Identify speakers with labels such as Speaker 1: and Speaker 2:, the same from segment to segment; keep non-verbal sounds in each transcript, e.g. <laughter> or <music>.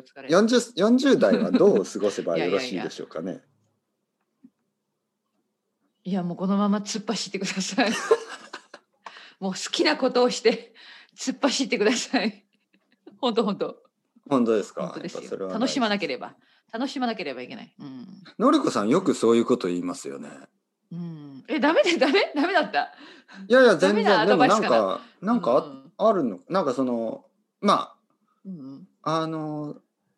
Speaker 1: ですかね。
Speaker 2: 40, 40代はどう過ご
Speaker 1: <laughs>
Speaker 2: せばよろしいでしょうかね。
Speaker 1: いやもうこのまま突っ走ってください。 <laughs> もう好きなことをして突っ走ってください。本当本当
Speaker 2: 本当ですか
Speaker 1: 本当です
Speaker 2: やっぱそれ
Speaker 1: よ。
Speaker 2: は
Speaker 1: 楽しまなければ楽しまなければいけない。うん。
Speaker 2: のりこさんよくそういうこと言いますよね。
Speaker 1: うん、えダメ <laughs> でダメダメだった。
Speaker 2: いやいや
Speaker 1: ダ
Speaker 2: 全
Speaker 1: メ
Speaker 2: 然
Speaker 1: なア
Speaker 2: で
Speaker 1: ド
Speaker 2: も
Speaker 1: バイ
Speaker 2: な
Speaker 1: ス
Speaker 2: ん
Speaker 1: かな
Speaker 2: かなんかあ,、
Speaker 1: うん
Speaker 2: あるのなんかそのま
Speaker 1: うん
Speaker 2: ああの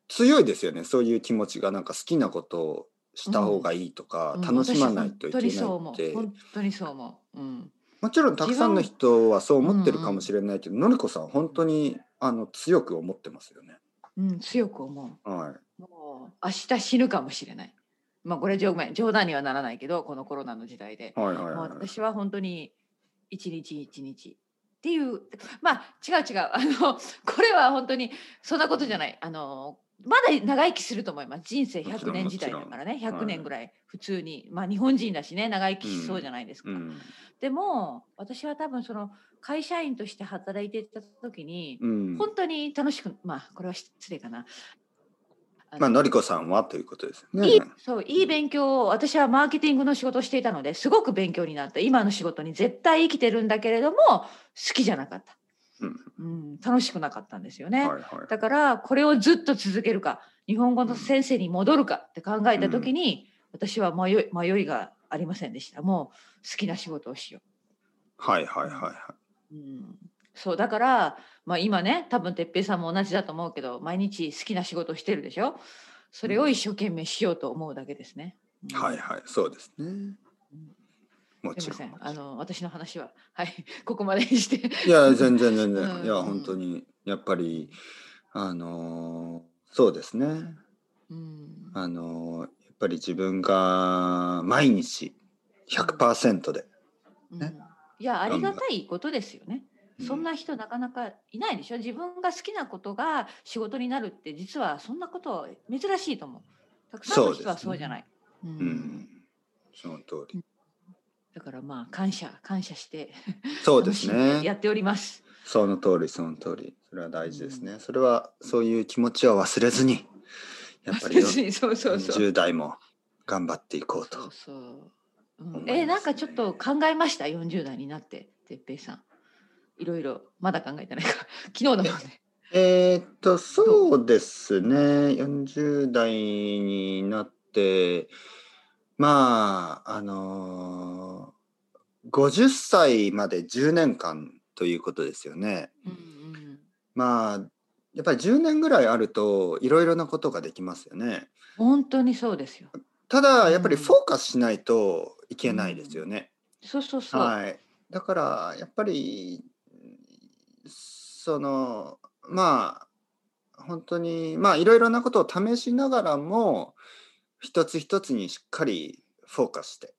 Speaker 2: 強いですよねそういう気持ちがなんか好きなことをした方がいいとか、
Speaker 1: うん、
Speaker 2: 楽しまないといけない
Speaker 1: 私本当にそう
Speaker 2: っ
Speaker 1: 思
Speaker 2: て
Speaker 1: う。本当にそう思う。うん。
Speaker 2: もちろんたくさんの人はそう思ってるかもしれないけど、のりこさんは本当にあの強く思ってますよね。
Speaker 1: うん強く思う。
Speaker 2: はい
Speaker 1: もう明日死ぬかもしれない。まあこれ冗談冗談にはならないけどこのコロナの時代で、
Speaker 2: はいはい
Speaker 1: もう
Speaker 2: はい。
Speaker 1: 私は本当に一日一日っていうまあ違う違うあの <laughs> これは本当にそんなことじゃないあのまだ長生きすると思います人生
Speaker 2: もちろ
Speaker 1: 100
Speaker 2: ん
Speaker 1: 年時代だからね
Speaker 2: ろん
Speaker 1: 100年ぐらい普通に、まあ日本人だしね長生きしそうじゃないですか、
Speaker 2: うん
Speaker 1: でも私は多分その会社員として働いていた時に、
Speaker 2: うん、
Speaker 1: 本当に楽しくまあこれは失礼かなあの
Speaker 2: まあのりこさんはということですね。
Speaker 1: いいそういい勉強を私はマーケティングの仕事をしていたのですごく勉強になった今の仕事に絶対生きてるんだけれども好きじゃなかった、
Speaker 2: うん
Speaker 1: うん楽しくなかったんですよね、
Speaker 2: はいはい。
Speaker 1: だからこれをずっと続けるか日本語の先生に戻るかって考えた時に、私は迷い迷いがありませんでしたもう好きな仕事をしよ
Speaker 2: はいはいはいはい。
Speaker 1: う、うん、そうだから、まあ、今ね多分哲平さんも同じだと思うけど毎日好きな仕事をしてるでしょそれを一生懸命しようと思うだけですね、うん
Speaker 2: はいはい、そうですね。
Speaker 1: すみ
Speaker 2: もちろ
Speaker 1: ません
Speaker 2: ん。
Speaker 1: あの私の話ははい <laughs> ここまでにして
Speaker 2: いや、全然全然、
Speaker 1: うん
Speaker 2: いや、本当に、やっぱり、あのーそうですね。
Speaker 1: うん
Speaker 2: あのーやっぱり自分が毎日100%で。
Speaker 1: うんいやありがたいことですよね
Speaker 2: うん
Speaker 1: そんな人なかなかいないでしょ自分が好きなことが仕事になるって実はそんなことは珍しいと思うたくさんの人は
Speaker 2: そ
Speaker 1: そう
Speaker 2: ですね
Speaker 1: うじゃないうん
Speaker 2: うん。その通り。
Speaker 1: だからまあ感謝感謝して
Speaker 2: そうです
Speaker 1: 楽しんでや
Speaker 2: ね。
Speaker 1: っております
Speaker 2: その通り、その通り。それは大事です
Speaker 1: う
Speaker 2: ね。それは、そういう気持ちは忘れずに、やっぱりよ
Speaker 1: 別に <laughs> そうそうそう
Speaker 2: 10代も頑張っていこう
Speaker 1: そう
Speaker 2: と。
Speaker 1: そう、う
Speaker 2: 思い
Speaker 1: ん
Speaker 2: ますね
Speaker 1: えなんかちょっと考えました40代になって哲平さんいろいろまだ考えてないか昨日のもね
Speaker 2: えーっとそうですね40代になってまああのー50歳まで10年間ということですよね。
Speaker 1: うん
Speaker 2: まあやっぱり10年ぐらいあるといろいろなことができますよね。
Speaker 1: 本当にそうですよ。
Speaker 2: ただやっぱり
Speaker 1: うん
Speaker 2: フォーカスしないといけないですよね。
Speaker 1: そうそうそう。
Speaker 2: はい、だからやっぱりそのまあ本当にまあいろいろなことを試しながらも一つ一つにしっかりフォーカスして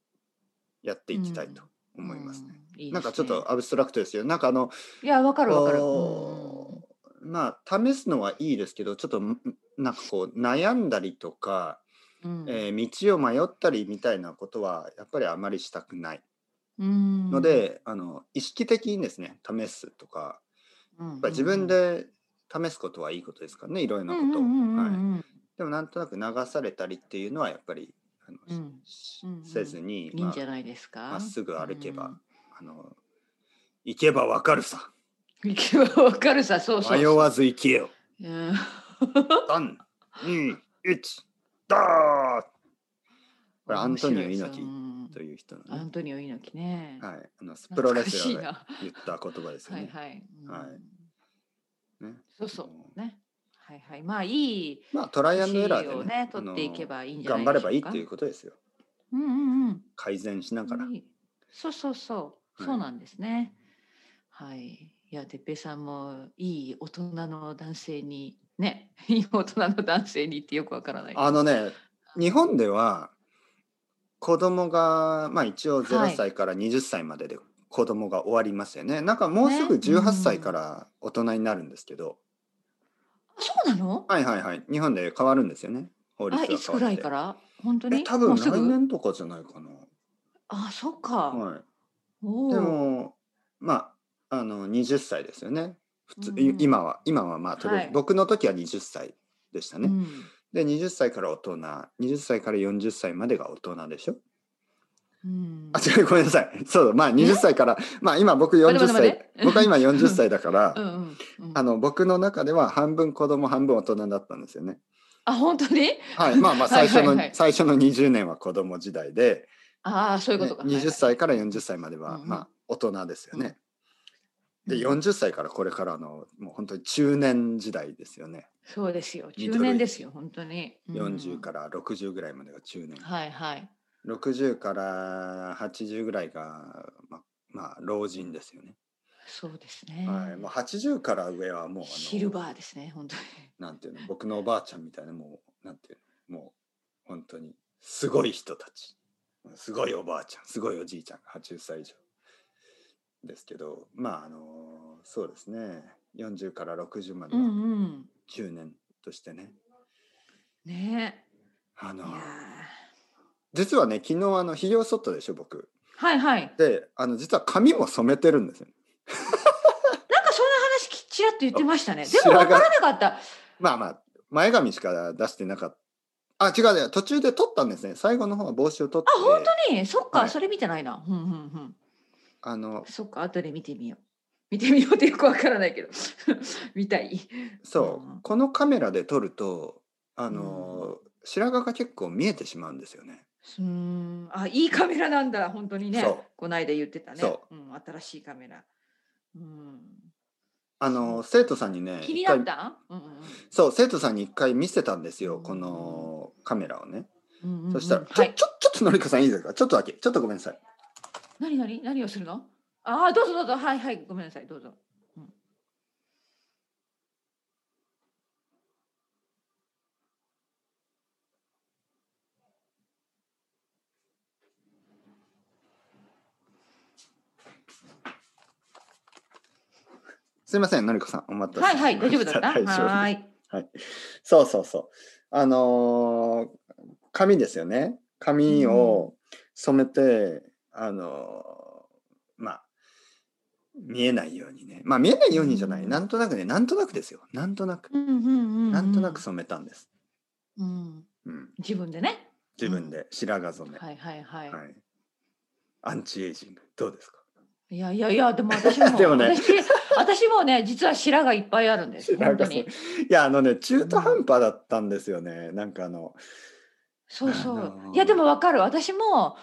Speaker 2: やっていきたいと思いますね。
Speaker 1: うん。いいですね
Speaker 2: なんかちょっとアブストラクトですよなんかあの
Speaker 1: いやわかるわかる。
Speaker 2: こうまあ試すのはいいですけどちょっとんなんかこう悩んだりとか、
Speaker 1: うんうん
Speaker 2: えー道を迷ったりみたいなことはやっぱりあまりしたくない。
Speaker 1: うん
Speaker 2: ので、あの意識的にですね試すとか
Speaker 1: うん
Speaker 2: やっぱり自分で試すことはいいことですからねいろいろなことを、はい、でもなんとなく流されたりっていうのはやっぱりあの、
Speaker 1: うん
Speaker 2: し
Speaker 1: うんうん
Speaker 2: せずに、
Speaker 1: いいんじゃ
Speaker 2: まあ
Speaker 1: ないですか。
Speaker 2: まっすぐ歩けばあの行けばわかるさ
Speaker 1: うん。行けばわかるさ、そうそう。
Speaker 2: 迷わず行けよ
Speaker 1: うん。
Speaker 2: 321ドーこれアントニオ
Speaker 1: 面白いですう
Speaker 2: 猪木
Speaker 1: ん
Speaker 2: という人の
Speaker 1: ア
Speaker 2: ね、
Speaker 1: ントニオ猪木ね。
Speaker 2: はい、あのスプ
Speaker 1: 懐
Speaker 2: ロレ
Speaker 1: かし
Speaker 2: ス
Speaker 1: い
Speaker 2: ラーが
Speaker 1: な。
Speaker 2: 言った言葉ですよ
Speaker 1: は
Speaker 2: ね。
Speaker 1: いはい。うん
Speaker 2: はいね
Speaker 1: そうそうね。はいはい。まあいい
Speaker 2: まあトライアンドエラー
Speaker 1: 年
Speaker 2: で
Speaker 1: を
Speaker 2: ね
Speaker 1: ね
Speaker 2: あ
Speaker 1: 取
Speaker 2: の
Speaker 1: っていけばいいんじゃない
Speaker 2: 頑
Speaker 1: でし
Speaker 2: 張
Speaker 1: ょう
Speaker 2: れ
Speaker 1: か。
Speaker 2: ばいいっていうことですよ
Speaker 1: うんうんうん。
Speaker 2: 改善しながら、
Speaker 1: いいそうそうそう、
Speaker 2: はい
Speaker 1: そうなんですね。はい。いや、てっぺいさんもいい大人の男性に、ね、 <laughs> いい大人の男性にってよくわからない。
Speaker 2: あのね日本では子供がまあ一応
Speaker 1: は
Speaker 2: 0
Speaker 1: い
Speaker 2: 歳から20歳までで子供が終わりますよね、なんかもうすぐ
Speaker 1: ねうん
Speaker 2: 18歳から大人になるんですけど、
Speaker 1: そうなの
Speaker 2: はいはいはい日本で変わるんですよね法律
Speaker 1: あ、
Speaker 2: が変わって
Speaker 1: いつぐらいから本当
Speaker 2: え
Speaker 1: に
Speaker 2: 多
Speaker 1: も
Speaker 2: 分
Speaker 1: うす
Speaker 2: 来
Speaker 1: ぐ
Speaker 2: 年とかじゃないか
Speaker 1: あ、そっ
Speaker 2: な、
Speaker 1: か。
Speaker 2: は
Speaker 1: お
Speaker 2: い、
Speaker 1: お
Speaker 2: でもまああの20歳ですよね普通、
Speaker 1: うん
Speaker 2: 今は今はまあとりあえず
Speaker 1: はい
Speaker 2: 僕の時は20歳でした
Speaker 1: う
Speaker 2: ね。
Speaker 1: ん
Speaker 2: で20歳から大人20歳から40歳までが大人でしょ
Speaker 1: うん
Speaker 2: あ違うごめんなさいそうだまあ20歳からまあ今僕
Speaker 1: 待て
Speaker 2: 40
Speaker 1: 待て待
Speaker 2: 歳
Speaker 1: て
Speaker 2: 僕は今40歳だから、
Speaker 1: うんうんうん
Speaker 2: あの僕の中では半分子供半分大人だったんですよね。
Speaker 1: あ本当に
Speaker 2: はい、まあまあ最初の
Speaker 1: はいはいはい
Speaker 2: 最初の20年は子供時代で、
Speaker 1: ああそういうことか、
Speaker 2: ね20歳から40歳までは、
Speaker 1: うんうん
Speaker 2: まあ大人ですよね。
Speaker 1: うん
Speaker 2: で40歳からこれからのもう本当に中年時代ですよね。
Speaker 1: そうですよ
Speaker 2: ミ
Speaker 1: 中
Speaker 2: ドル
Speaker 1: 年ですよ本当に、うん
Speaker 2: 40から60ぐらいまでが中年。
Speaker 1: はいはい
Speaker 2: 60から80ぐらいが、まあ、まあ老人ですよね。
Speaker 1: そうですね、
Speaker 2: はい、もう80から上はもうあの
Speaker 1: シルバーですね本当に
Speaker 2: なんていうの僕のおばあちゃんみたいなもうなんていうのもう本当にすごい人たちすごいおばあちゃんすごいおじいちゃんが80歳以上ですけどまああのそうですね40から60まで
Speaker 1: う
Speaker 2: は
Speaker 1: んうん
Speaker 2: 10年としてね、
Speaker 1: ね
Speaker 2: あ
Speaker 1: えい
Speaker 2: の
Speaker 1: やー
Speaker 2: 実はね昨日あの肥料ソットでしょ僕
Speaker 1: はいはいなんか
Speaker 2: であの実は髪も染めてるんですよ
Speaker 1: そんな話きちらっと言ってましたねで
Speaker 2: 白
Speaker 1: も
Speaker 2: 髪
Speaker 1: 分からなかった
Speaker 2: まあまあ前髪しか出してなかったあ違うね途中で取ったんですね最後の方は帽子を取って
Speaker 1: あ本当にそっか、
Speaker 2: はい
Speaker 1: それ見てないなうんうんうん
Speaker 2: あの
Speaker 1: そっか後で見てみよう見てみようってよく分からないけど <laughs> 見たい
Speaker 2: そう、
Speaker 1: うん
Speaker 2: このカメラで撮るとあのー、白髪が結構見えてしまうんですよね。
Speaker 1: うーんあいいカメラなんだ本当にね
Speaker 2: そう
Speaker 1: こないだ言ってたね
Speaker 2: そ
Speaker 1: うん、新しいカメラ、うん、
Speaker 2: あのー生徒さんにね
Speaker 1: 気になっ
Speaker 2: 一回
Speaker 1: た、うんうん
Speaker 2: そう生徒さんに一回見せたんですよ、
Speaker 1: うん
Speaker 2: このカメラをね。
Speaker 1: うんうんうん、
Speaker 2: そしたら、ち
Speaker 1: は
Speaker 2: ょ
Speaker 1: い
Speaker 2: ちょちょっとのりこさんいいですかちょっとだけちょっとごめんなさい。
Speaker 1: 何何何をするのああどうぞどうぞはいはいごめんなさいどうぞ
Speaker 2: すいませんのりこさんお待たせ
Speaker 1: はいはい大丈夫だった
Speaker 2: <laughs> 大丈夫です
Speaker 1: はーい
Speaker 2: そうそうそう。あのー髪ですよね。髪を染めて、あのーまあ、見えないようにね。まあ、見えないようにじゃない。
Speaker 1: うん
Speaker 2: なんとなくね、なんとなくですよ。なんとなく。
Speaker 1: うんうんうんうん
Speaker 2: なんとなく、染めたんです。
Speaker 1: うん、
Speaker 2: うん。
Speaker 1: 自分でね
Speaker 2: 自分で白髪染め。
Speaker 1: はいはいはい、
Speaker 2: はい。アンチエイジング。どうですか
Speaker 1: い、やいやいやでも私も
Speaker 2: <laughs> でもね
Speaker 1: 私私もね実は白がいっぱいあるんです
Speaker 2: 白
Speaker 1: 本当
Speaker 2: 髪染
Speaker 1: に
Speaker 2: め。いや、あのね、中途半端だったんですよね。なんかあの、
Speaker 1: そうそう。
Speaker 2: あのー
Speaker 1: いやでもわかる。私も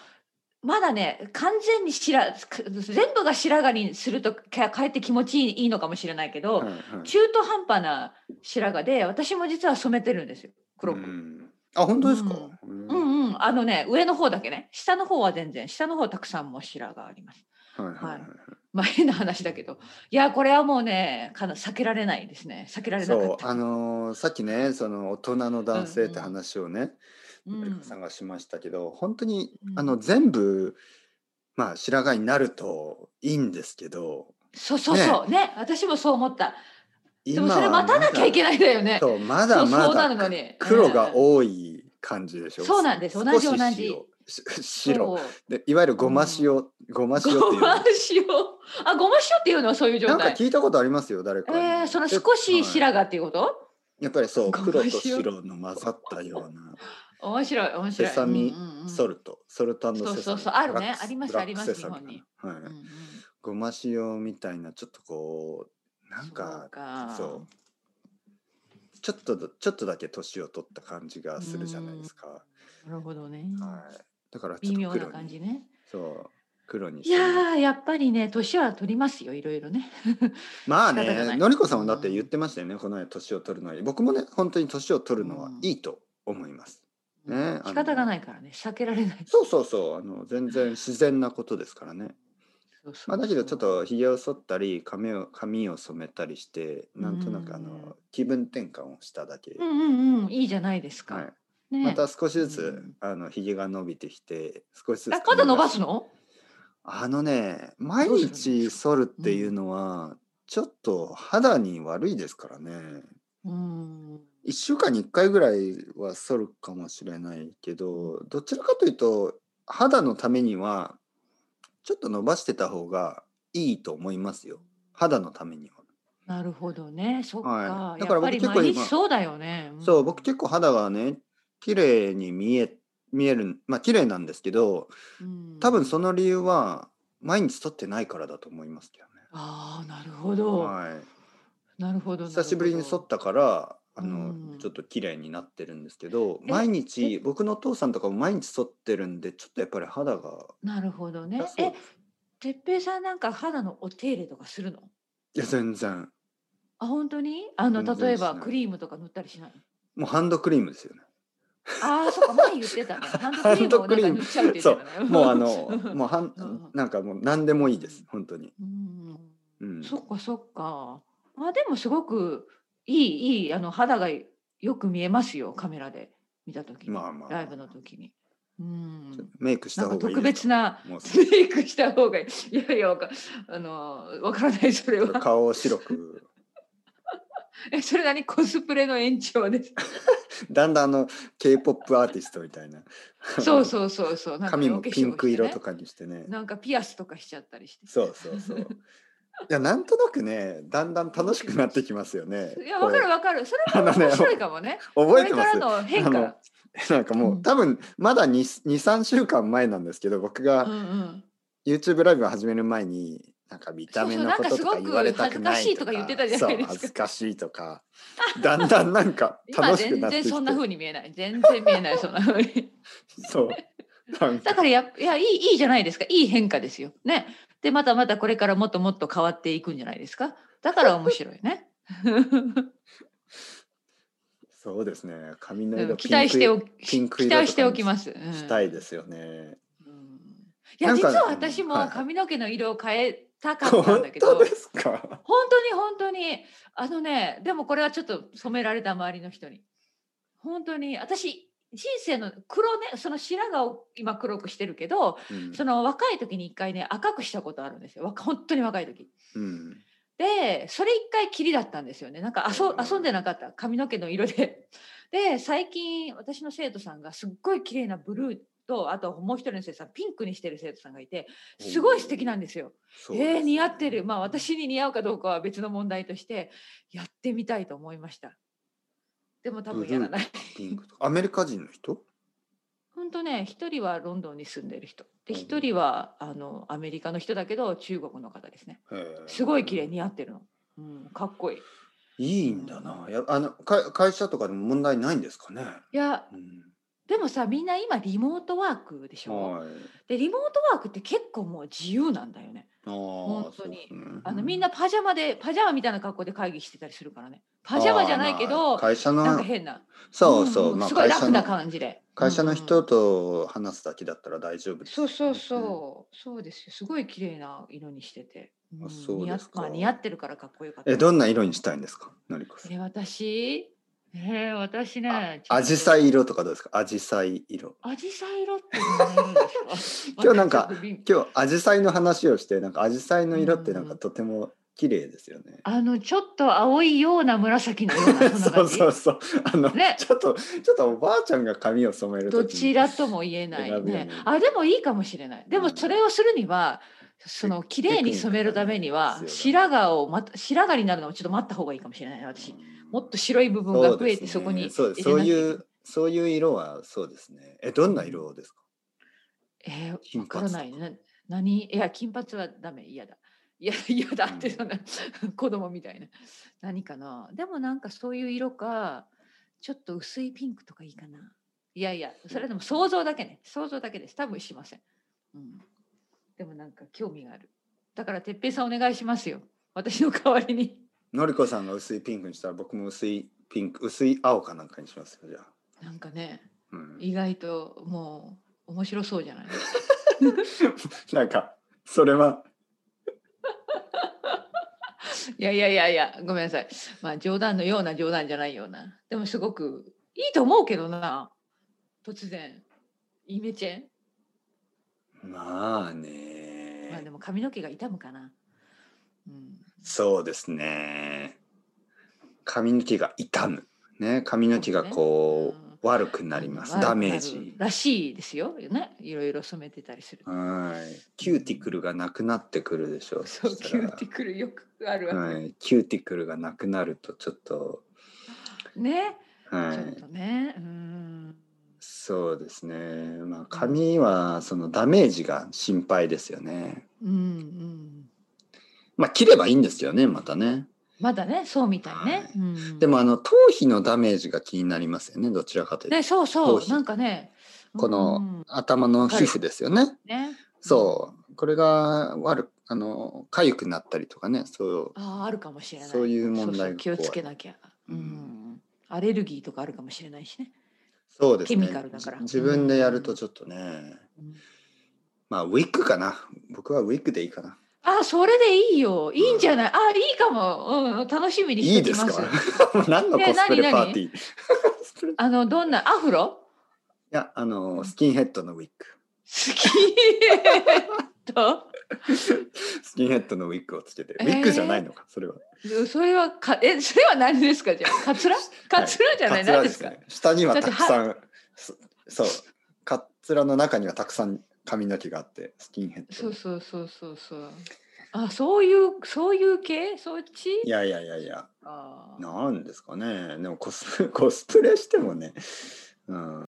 Speaker 1: まだね完全に白く全部が白髪にするとかかえって気持ちいいいいのかもしれないけど、
Speaker 2: うんうん
Speaker 1: 中途半端な白髪で私も実は染めてるんですよ黒く。う、
Speaker 2: うんんあ、本当ですか、うん
Speaker 1: うんあのね上の方だけね下の方は全然下の方たくさんもう白髪あります。
Speaker 2: はいはいはい。
Speaker 1: まあ変な話だけどいやこれはもうねかな避けられないですね避けられなか
Speaker 2: そ
Speaker 1: っ
Speaker 2: う
Speaker 1: た。
Speaker 2: あのーさっきねその大人の男性って話をね、
Speaker 1: うん
Speaker 2: のりこさんがしましたけど本当に、
Speaker 1: うん
Speaker 2: あの全部まあ白髪になるといいんですけど
Speaker 1: そうそうそうね私もそう思った。でもそれ
Speaker 2: は
Speaker 1: 待たなきゃいけないんだよ
Speaker 2: ま
Speaker 1: ね
Speaker 2: だ。そうま
Speaker 1: そ
Speaker 2: だ
Speaker 1: う
Speaker 2: ま
Speaker 1: そうなる
Speaker 2: だ
Speaker 1: のに
Speaker 2: 黒が
Speaker 1: い、
Speaker 2: 多い感じでしょ、
Speaker 1: そうなんです同じ同じ
Speaker 2: 少し白し
Speaker 1: そう
Speaker 2: 白でいわゆるごま塩、ごま塩っていう
Speaker 1: ご
Speaker 2: の
Speaker 1: ま塩あごま塩っていうのはそういう
Speaker 2: な
Speaker 1: 状
Speaker 2: んか
Speaker 1: 態
Speaker 2: 聞いたことありますよ誰か
Speaker 1: え
Speaker 2: に
Speaker 1: ー、その少
Speaker 2: は
Speaker 1: し
Speaker 2: い
Speaker 1: 白髪っていうこと、
Speaker 2: やっぱりそう
Speaker 1: ごま
Speaker 2: 黒と
Speaker 1: 塩
Speaker 2: 白の混ざったような
Speaker 1: 面白い面白い
Speaker 2: セサミ
Speaker 1: うんうんうん
Speaker 2: ソルト、ソルトセサミ
Speaker 1: そうそうそうあるね
Speaker 2: ブラック
Speaker 1: あります
Speaker 2: ブラッ
Speaker 1: あり
Speaker 2: ク
Speaker 1: ます
Speaker 2: セサミか
Speaker 1: 日
Speaker 2: なはい、
Speaker 1: うんうん
Speaker 2: ごま塩みたいなちょっとこうなん
Speaker 1: そう
Speaker 2: か
Speaker 1: か
Speaker 2: そうちょっとちょっとだけ年を取った感じがするじゃないですか、
Speaker 1: なるほどね、
Speaker 2: はい、だからちょ
Speaker 1: 微
Speaker 2: っと
Speaker 1: 妙な
Speaker 2: 黒
Speaker 1: 感じ
Speaker 2: に
Speaker 1: ね
Speaker 2: そう黒に
Speaker 1: いやーやっぱりね年は取りますよいろいろね
Speaker 2: まあ
Speaker 1: 仕方がな
Speaker 2: ね
Speaker 1: い
Speaker 2: のりこさんもだって言ってましたよね、この前年を取るのはいい僕もね本当に年を取るのはいいと思います、ねあの
Speaker 1: 仕方がないからね避けられない
Speaker 2: そうそうそうあの全然自然なことですからね
Speaker 1: そうそう
Speaker 2: まあ、だけどちょっ
Speaker 1: そう
Speaker 2: とひげを剃ったり髪を髪を染めたりしてなんとなくあ
Speaker 1: うん
Speaker 2: の気分転換をしただけ、
Speaker 1: うんうんうんいいじゃないですか、
Speaker 2: はい、
Speaker 1: ね
Speaker 2: また少しずつ
Speaker 1: うん
Speaker 2: あのひげが伸びてきて少しずつ
Speaker 1: あまだ伸ばすの
Speaker 2: あのね毎
Speaker 1: どうするんで
Speaker 2: 日
Speaker 1: す
Speaker 2: 剃るっていうのはちょっと肌に悪いですからね
Speaker 1: うん
Speaker 2: 1週間に1回ぐらいは剃るかもしれないけどどちらかというと肌のためにはちょっと伸ばしてた方がいいと思いますよ肌のためには。
Speaker 1: なるほどね。そっか。
Speaker 2: はいだ
Speaker 1: だかららや
Speaker 2: か僕
Speaker 1: っぱり
Speaker 2: 結構
Speaker 1: まあり
Speaker 2: 今
Speaker 1: そうだよね。ん
Speaker 2: そう僕結構肌がね綺麗に見え見えるまあ綺麗なんですけど
Speaker 1: うん
Speaker 2: 多分その理由は毎日撮ってないからだと思いますけどね。
Speaker 1: ああ、なるほど。
Speaker 2: はい、
Speaker 1: なるほど。
Speaker 2: 久しぶりに剃
Speaker 1: そ
Speaker 2: ったからあの、
Speaker 1: うん
Speaker 2: ちょっと綺麗になってるんですけど
Speaker 1: え
Speaker 2: 毎日僕のお父さんとかも毎日剃ってるんでちょっとやっぱり肌が
Speaker 1: なるほどね
Speaker 2: だ。そう
Speaker 1: え
Speaker 2: で、す
Speaker 1: 哲平さんなんか肌のお手入れとかするの
Speaker 2: いや全然
Speaker 1: あ、本当にあの、
Speaker 2: 全然
Speaker 1: 例え
Speaker 2: し
Speaker 1: ば
Speaker 2: ない
Speaker 1: クリームとか塗ったりしない
Speaker 2: もうハンドクリームですよね
Speaker 1: ああ、そっか、前言ってた
Speaker 2: <laughs>
Speaker 1: ね。ハンドクリームをなんか塗っちゃうって言ってたね。
Speaker 2: もうあのもうは
Speaker 1: <laughs> うん
Speaker 2: んなんかもう何でもいいです本当に、
Speaker 1: うん。
Speaker 2: うん、
Speaker 1: そっか、そっか。まあでもすごくいい、いい、あの、肌がよく見えますよ、カメラで見たときに。
Speaker 2: まあまあ
Speaker 1: ライブの時に。うん。
Speaker 2: メイクした
Speaker 1: なんか
Speaker 2: 方がいい
Speaker 1: 特別な
Speaker 2: もう
Speaker 1: メイクした方がいい。いやいや、わかあの、わからない、それは。
Speaker 2: <laughs> 顔を白く
Speaker 1: え、それ何コスプレの延長
Speaker 2: <laughs>
Speaker 1: です。
Speaker 2: だんだんあの k p o p アーティストみたいな
Speaker 1: そうそうそうそう。なんか
Speaker 2: 髪も
Speaker 1: お化粧
Speaker 2: ピンク色と
Speaker 1: して
Speaker 2: かにしてね
Speaker 1: ね。なんかピアスとかしちゃったりして。
Speaker 2: そうそうそういやなんとなくねだんだん楽しくなってきますよね
Speaker 1: いや、わかるわかる。それも
Speaker 2: あのね
Speaker 1: 面白いかもね。
Speaker 2: こう
Speaker 1: こ
Speaker 2: 覚え
Speaker 1: れか
Speaker 2: てま
Speaker 1: ら
Speaker 2: す
Speaker 1: の変
Speaker 2: あの
Speaker 1: 化。
Speaker 2: <laughs> なんかもう、
Speaker 1: うん
Speaker 2: 多分まだ23週間前なんですけど僕
Speaker 1: うん
Speaker 2: が
Speaker 1: うん。
Speaker 2: YouTube ライブを始める前になんか見た目のことと
Speaker 1: そうそう
Speaker 2: か
Speaker 1: なんかすごく
Speaker 2: 言われたくない
Speaker 1: 恥ずかしいとか言ってたじゃないですか
Speaker 2: そう恥ずかしいとかだんだんなんか
Speaker 1: 今
Speaker 2: 楽しく
Speaker 1: 全
Speaker 2: なって
Speaker 1: 然
Speaker 2: きて
Speaker 1: そんな風に見えない。全然見えない、そんな風
Speaker 2: <laughs>
Speaker 1: に。
Speaker 2: そうなん
Speaker 1: だ
Speaker 2: か
Speaker 1: からや、いや、いい、いいじゃないですか。いい変化ですよ。ね。で、またまたこれからもっともっと変わっていくんじゃないですか。だから面
Speaker 2: <laughs>
Speaker 1: 白いね。
Speaker 2: そうですね髪の
Speaker 1: う
Speaker 2: 色
Speaker 1: ん期待してお
Speaker 2: き
Speaker 1: き、
Speaker 2: ピンク
Speaker 1: 期
Speaker 2: 色とかに
Speaker 1: 待しておきます。うん
Speaker 2: したいですよね、
Speaker 1: うんいや、
Speaker 2: なん
Speaker 1: 実
Speaker 2: か
Speaker 1: は私
Speaker 2: うんは
Speaker 1: も
Speaker 2: い
Speaker 1: 髪の毛の色を変えたかったん
Speaker 2: 本
Speaker 1: だけど。
Speaker 2: 当ですか
Speaker 1: 本当に本当にあのねでもこれはちょっと染められた周りの人に本当に私人生の黒ねその白髪を今黒くしてるけど
Speaker 2: うん
Speaker 1: その若い時に一回ね赤くしたことあるんですよわ本当に若い時
Speaker 2: うん
Speaker 1: でそれ一回きりだったんですよねなんか遊遊んでなかった髪の毛の色で <laughs> で最近私の生徒さんがすっごい綺麗なブルーとあともう一人の生徒さんピンクにしてる生徒さんがいてすごい素敵なんですよ
Speaker 2: そうです
Speaker 1: えー、似合ってる。まあ私に似合うかどうかは別の問題としてやってみたいと思いました。でも多分やらない。
Speaker 2: ピンクとかアメリカ人の人
Speaker 1: 本当ね、一人はロンドンに住んでる人。で、
Speaker 2: うん
Speaker 1: 一人はあのアメリカの人だけど中国の方ですね。
Speaker 2: へー
Speaker 1: すごい綺麗似合ってるの。うん、かっこいい。
Speaker 2: いいんだな。やあのか会社とかでも問題ないんですかね。
Speaker 1: いや、
Speaker 2: うん、
Speaker 1: でもさ、みんな今リモートワークでしょ。
Speaker 2: はい。
Speaker 1: で、リモートワークって結構もう自由なんだよね。
Speaker 2: ああ、
Speaker 1: 本当に
Speaker 2: そうですね
Speaker 1: あのみんなパジャマで、パジャマみたいな格好で会議してたりするからね。パジャマじゃないけ
Speaker 2: あーまあ
Speaker 1: ど、
Speaker 2: 会社の
Speaker 1: なんか変な。
Speaker 2: そうそう、
Speaker 1: んん
Speaker 2: まあ
Speaker 1: すごい
Speaker 2: 会
Speaker 1: 楽
Speaker 2: 社
Speaker 1: な
Speaker 2: の
Speaker 1: 感じで。
Speaker 2: 会社の
Speaker 1: うん
Speaker 2: 人と話すだけだったら大丈夫です、
Speaker 1: そうそうそう、そうですよ。すごい綺麗な色にしてて。
Speaker 2: あ
Speaker 1: ん
Speaker 2: そうですか
Speaker 1: 似合っまあ、似合ってるからかっこよかった。
Speaker 2: えどんな色にしたいんですか、のりこさん。
Speaker 1: え、私。えー、私ね。
Speaker 2: アジサ
Speaker 1: イ。
Speaker 2: イ色とかどうですか。アジサイ色。
Speaker 1: アジサイ色ってどんな <laughs> 色ですか。
Speaker 2: 今日なんか
Speaker 1: またちょっとび
Speaker 2: 今日アジサイの話をして、なんかアジサイの色ってなんかとても綺麗ですよね。
Speaker 1: あの、ちょっと青いような紫のような。そんな
Speaker 2: そ
Speaker 1: 感
Speaker 2: う
Speaker 1: じ
Speaker 2: そうそう。あの、
Speaker 1: ね
Speaker 2: ちょっとちょっとおばあちゃんが髪を染める時
Speaker 1: ど
Speaker 2: に
Speaker 1: ちらとも言えない
Speaker 2: 選ぶよ
Speaker 1: ね
Speaker 2: ね。
Speaker 1: あ、でもいいかもしれない。でも
Speaker 2: うん
Speaker 1: それをするには、その綺麗に染めるためには、白髪をまた白髪になるのをちょっと待った方がいいかもしれない。私、もっと白い部分が増えてそこに
Speaker 2: そうですねそうそういうそういう色はそうですねえどんな色ですか
Speaker 1: えー、
Speaker 2: 金
Speaker 1: わから
Speaker 2: 髪
Speaker 1: ないな何いや金髪はダメ嫌だ <laughs> いや嫌だって
Speaker 2: うん
Speaker 1: そんな、 <laughs> 子供みたいな何かなでもなんかそういう色かちょっと薄いピンクとかいいかないやいやそれでも想像だけね想像だけです多分しません、うん、でもなんか興味があるだから哲平さんお願いしますよ私の代わりに
Speaker 2: のりこさんが薄いピンクにしたら僕も薄いピンク薄い青かなんかにしますよじゃあ、
Speaker 1: なんかね
Speaker 2: うん、
Speaker 1: 意外ともう面白そうじゃない
Speaker 2: なんかそれはい
Speaker 1: やいやいやいや、ごめんなさい。まあ冗談のような冗談じゃないような。でもすごくいいと思うけどな。突然。イメチェン。
Speaker 2: まあ
Speaker 1: まあで
Speaker 2: ね
Speaker 1: も髪の毛が傷むかな。うん。
Speaker 2: そうですね髪の毛が傷むね髪の毛がこう
Speaker 1: うん
Speaker 2: 悪くなりま
Speaker 1: あ
Speaker 2: す
Speaker 1: の
Speaker 2: ダメー
Speaker 1: ある
Speaker 2: ジ
Speaker 1: らしいですよ。ね、いろいろ染めてたりする。
Speaker 2: はいキューティクルがなくなってくるでしょ
Speaker 1: そう、
Speaker 2: した
Speaker 1: キュ
Speaker 2: ら
Speaker 1: ーティクルよくあるわ
Speaker 2: はい、キューティクルがなくなるとちょっと
Speaker 1: け。ね、
Speaker 2: は
Speaker 1: ちょっ
Speaker 2: い
Speaker 1: とね、うん。
Speaker 2: そうですねまあ髪はそのダメージが心配ですよね
Speaker 1: うんうん。
Speaker 2: まあ切ればいいんですよねまたね
Speaker 1: まだね、そうみたい
Speaker 2: は
Speaker 1: ね
Speaker 2: い。
Speaker 1: うん
Speaker 2: でもあの頭皮のダメージが気になりますよねどちらかというと、
Speaker 1: ね、そうそ
Speaker 2: 頭
Speaker 1: う、
Speaker 2: 皮
Speaker 1: なんかね。
Speaker 2: この
Speaker 1: うん
Speaker 2: 頭の皮膚ですよね、
Speaker 1: ね。
Speaker 2: そうこれが悪くあの痒くなったりとかねそう
Speaker 1: ああ、あるかもしれない。
Speaker 2: そういう問題が
Speaker 1: そうそう気を
Speaker 2: 怖い
Speaker 1: つけなきゃ。う
Speaker 2: うん
Speaker 1: ん。アレルギーとかあるかもしれないしね。
Speaker 2: そうです
Speaker 1: ケ
Speaker 2: ね
Speaker 1: ミカルだから
Speaker 2: じ自分でやるとちょっとね、
Speaker 1: うん
Speaker 2: まあウィッグかな僕はウィッグでいいかな
Speaker 1: ああ、それでいいよ。いいんじゃない。ああ、いいかも。うん、楽しみに
Speaker 2: い
Speaker 1: し
Speaker 2: い
Speaker 1: て
Speaker 2: で
Speaker 1: き
Speaker 2: す
Speaker 1: ま
Speaker 2: か
Speaker 1: す。
Speaker 2: もう <laughs> 何の
Speaker 1: ね
Speaker 2: コスプレ
Speaker 1: 何
Speaker 2: パ
Speaker 1: 々
Speaker 2: ーティー、い
Speaker 1: あの、どんなアフ
Speaker 2: <laughs>
Speaker 1: ロ。
Speaker 2: やあのスキンヘッドのウィッグ
Speaker 1: 好き。えっと。
Speaker 2: スキンヘッドのウィッグをつけて、
Speaker 1: えー
Speaker 2: ウィッグじゃないのかそれは
Speaker 1: それはか、え、それは何ですか。じゃあ、カツラ。カツラじゃない。
Speaker 2: カツラ
Speaker 1: 何ですか。
Speaker 2: ね下にはたくさんそそうカツラの中にはたくさん髪の毛があってスキンヘッド
Speaker 1: そうそうそうそうそう。あ、そういう、そういう系、そっち。
Speaker 2: いやいやいやいや
Speaker 1: あー
Speaker 2: <laughs> なんですかねでもコスコスプレしてもね、うん、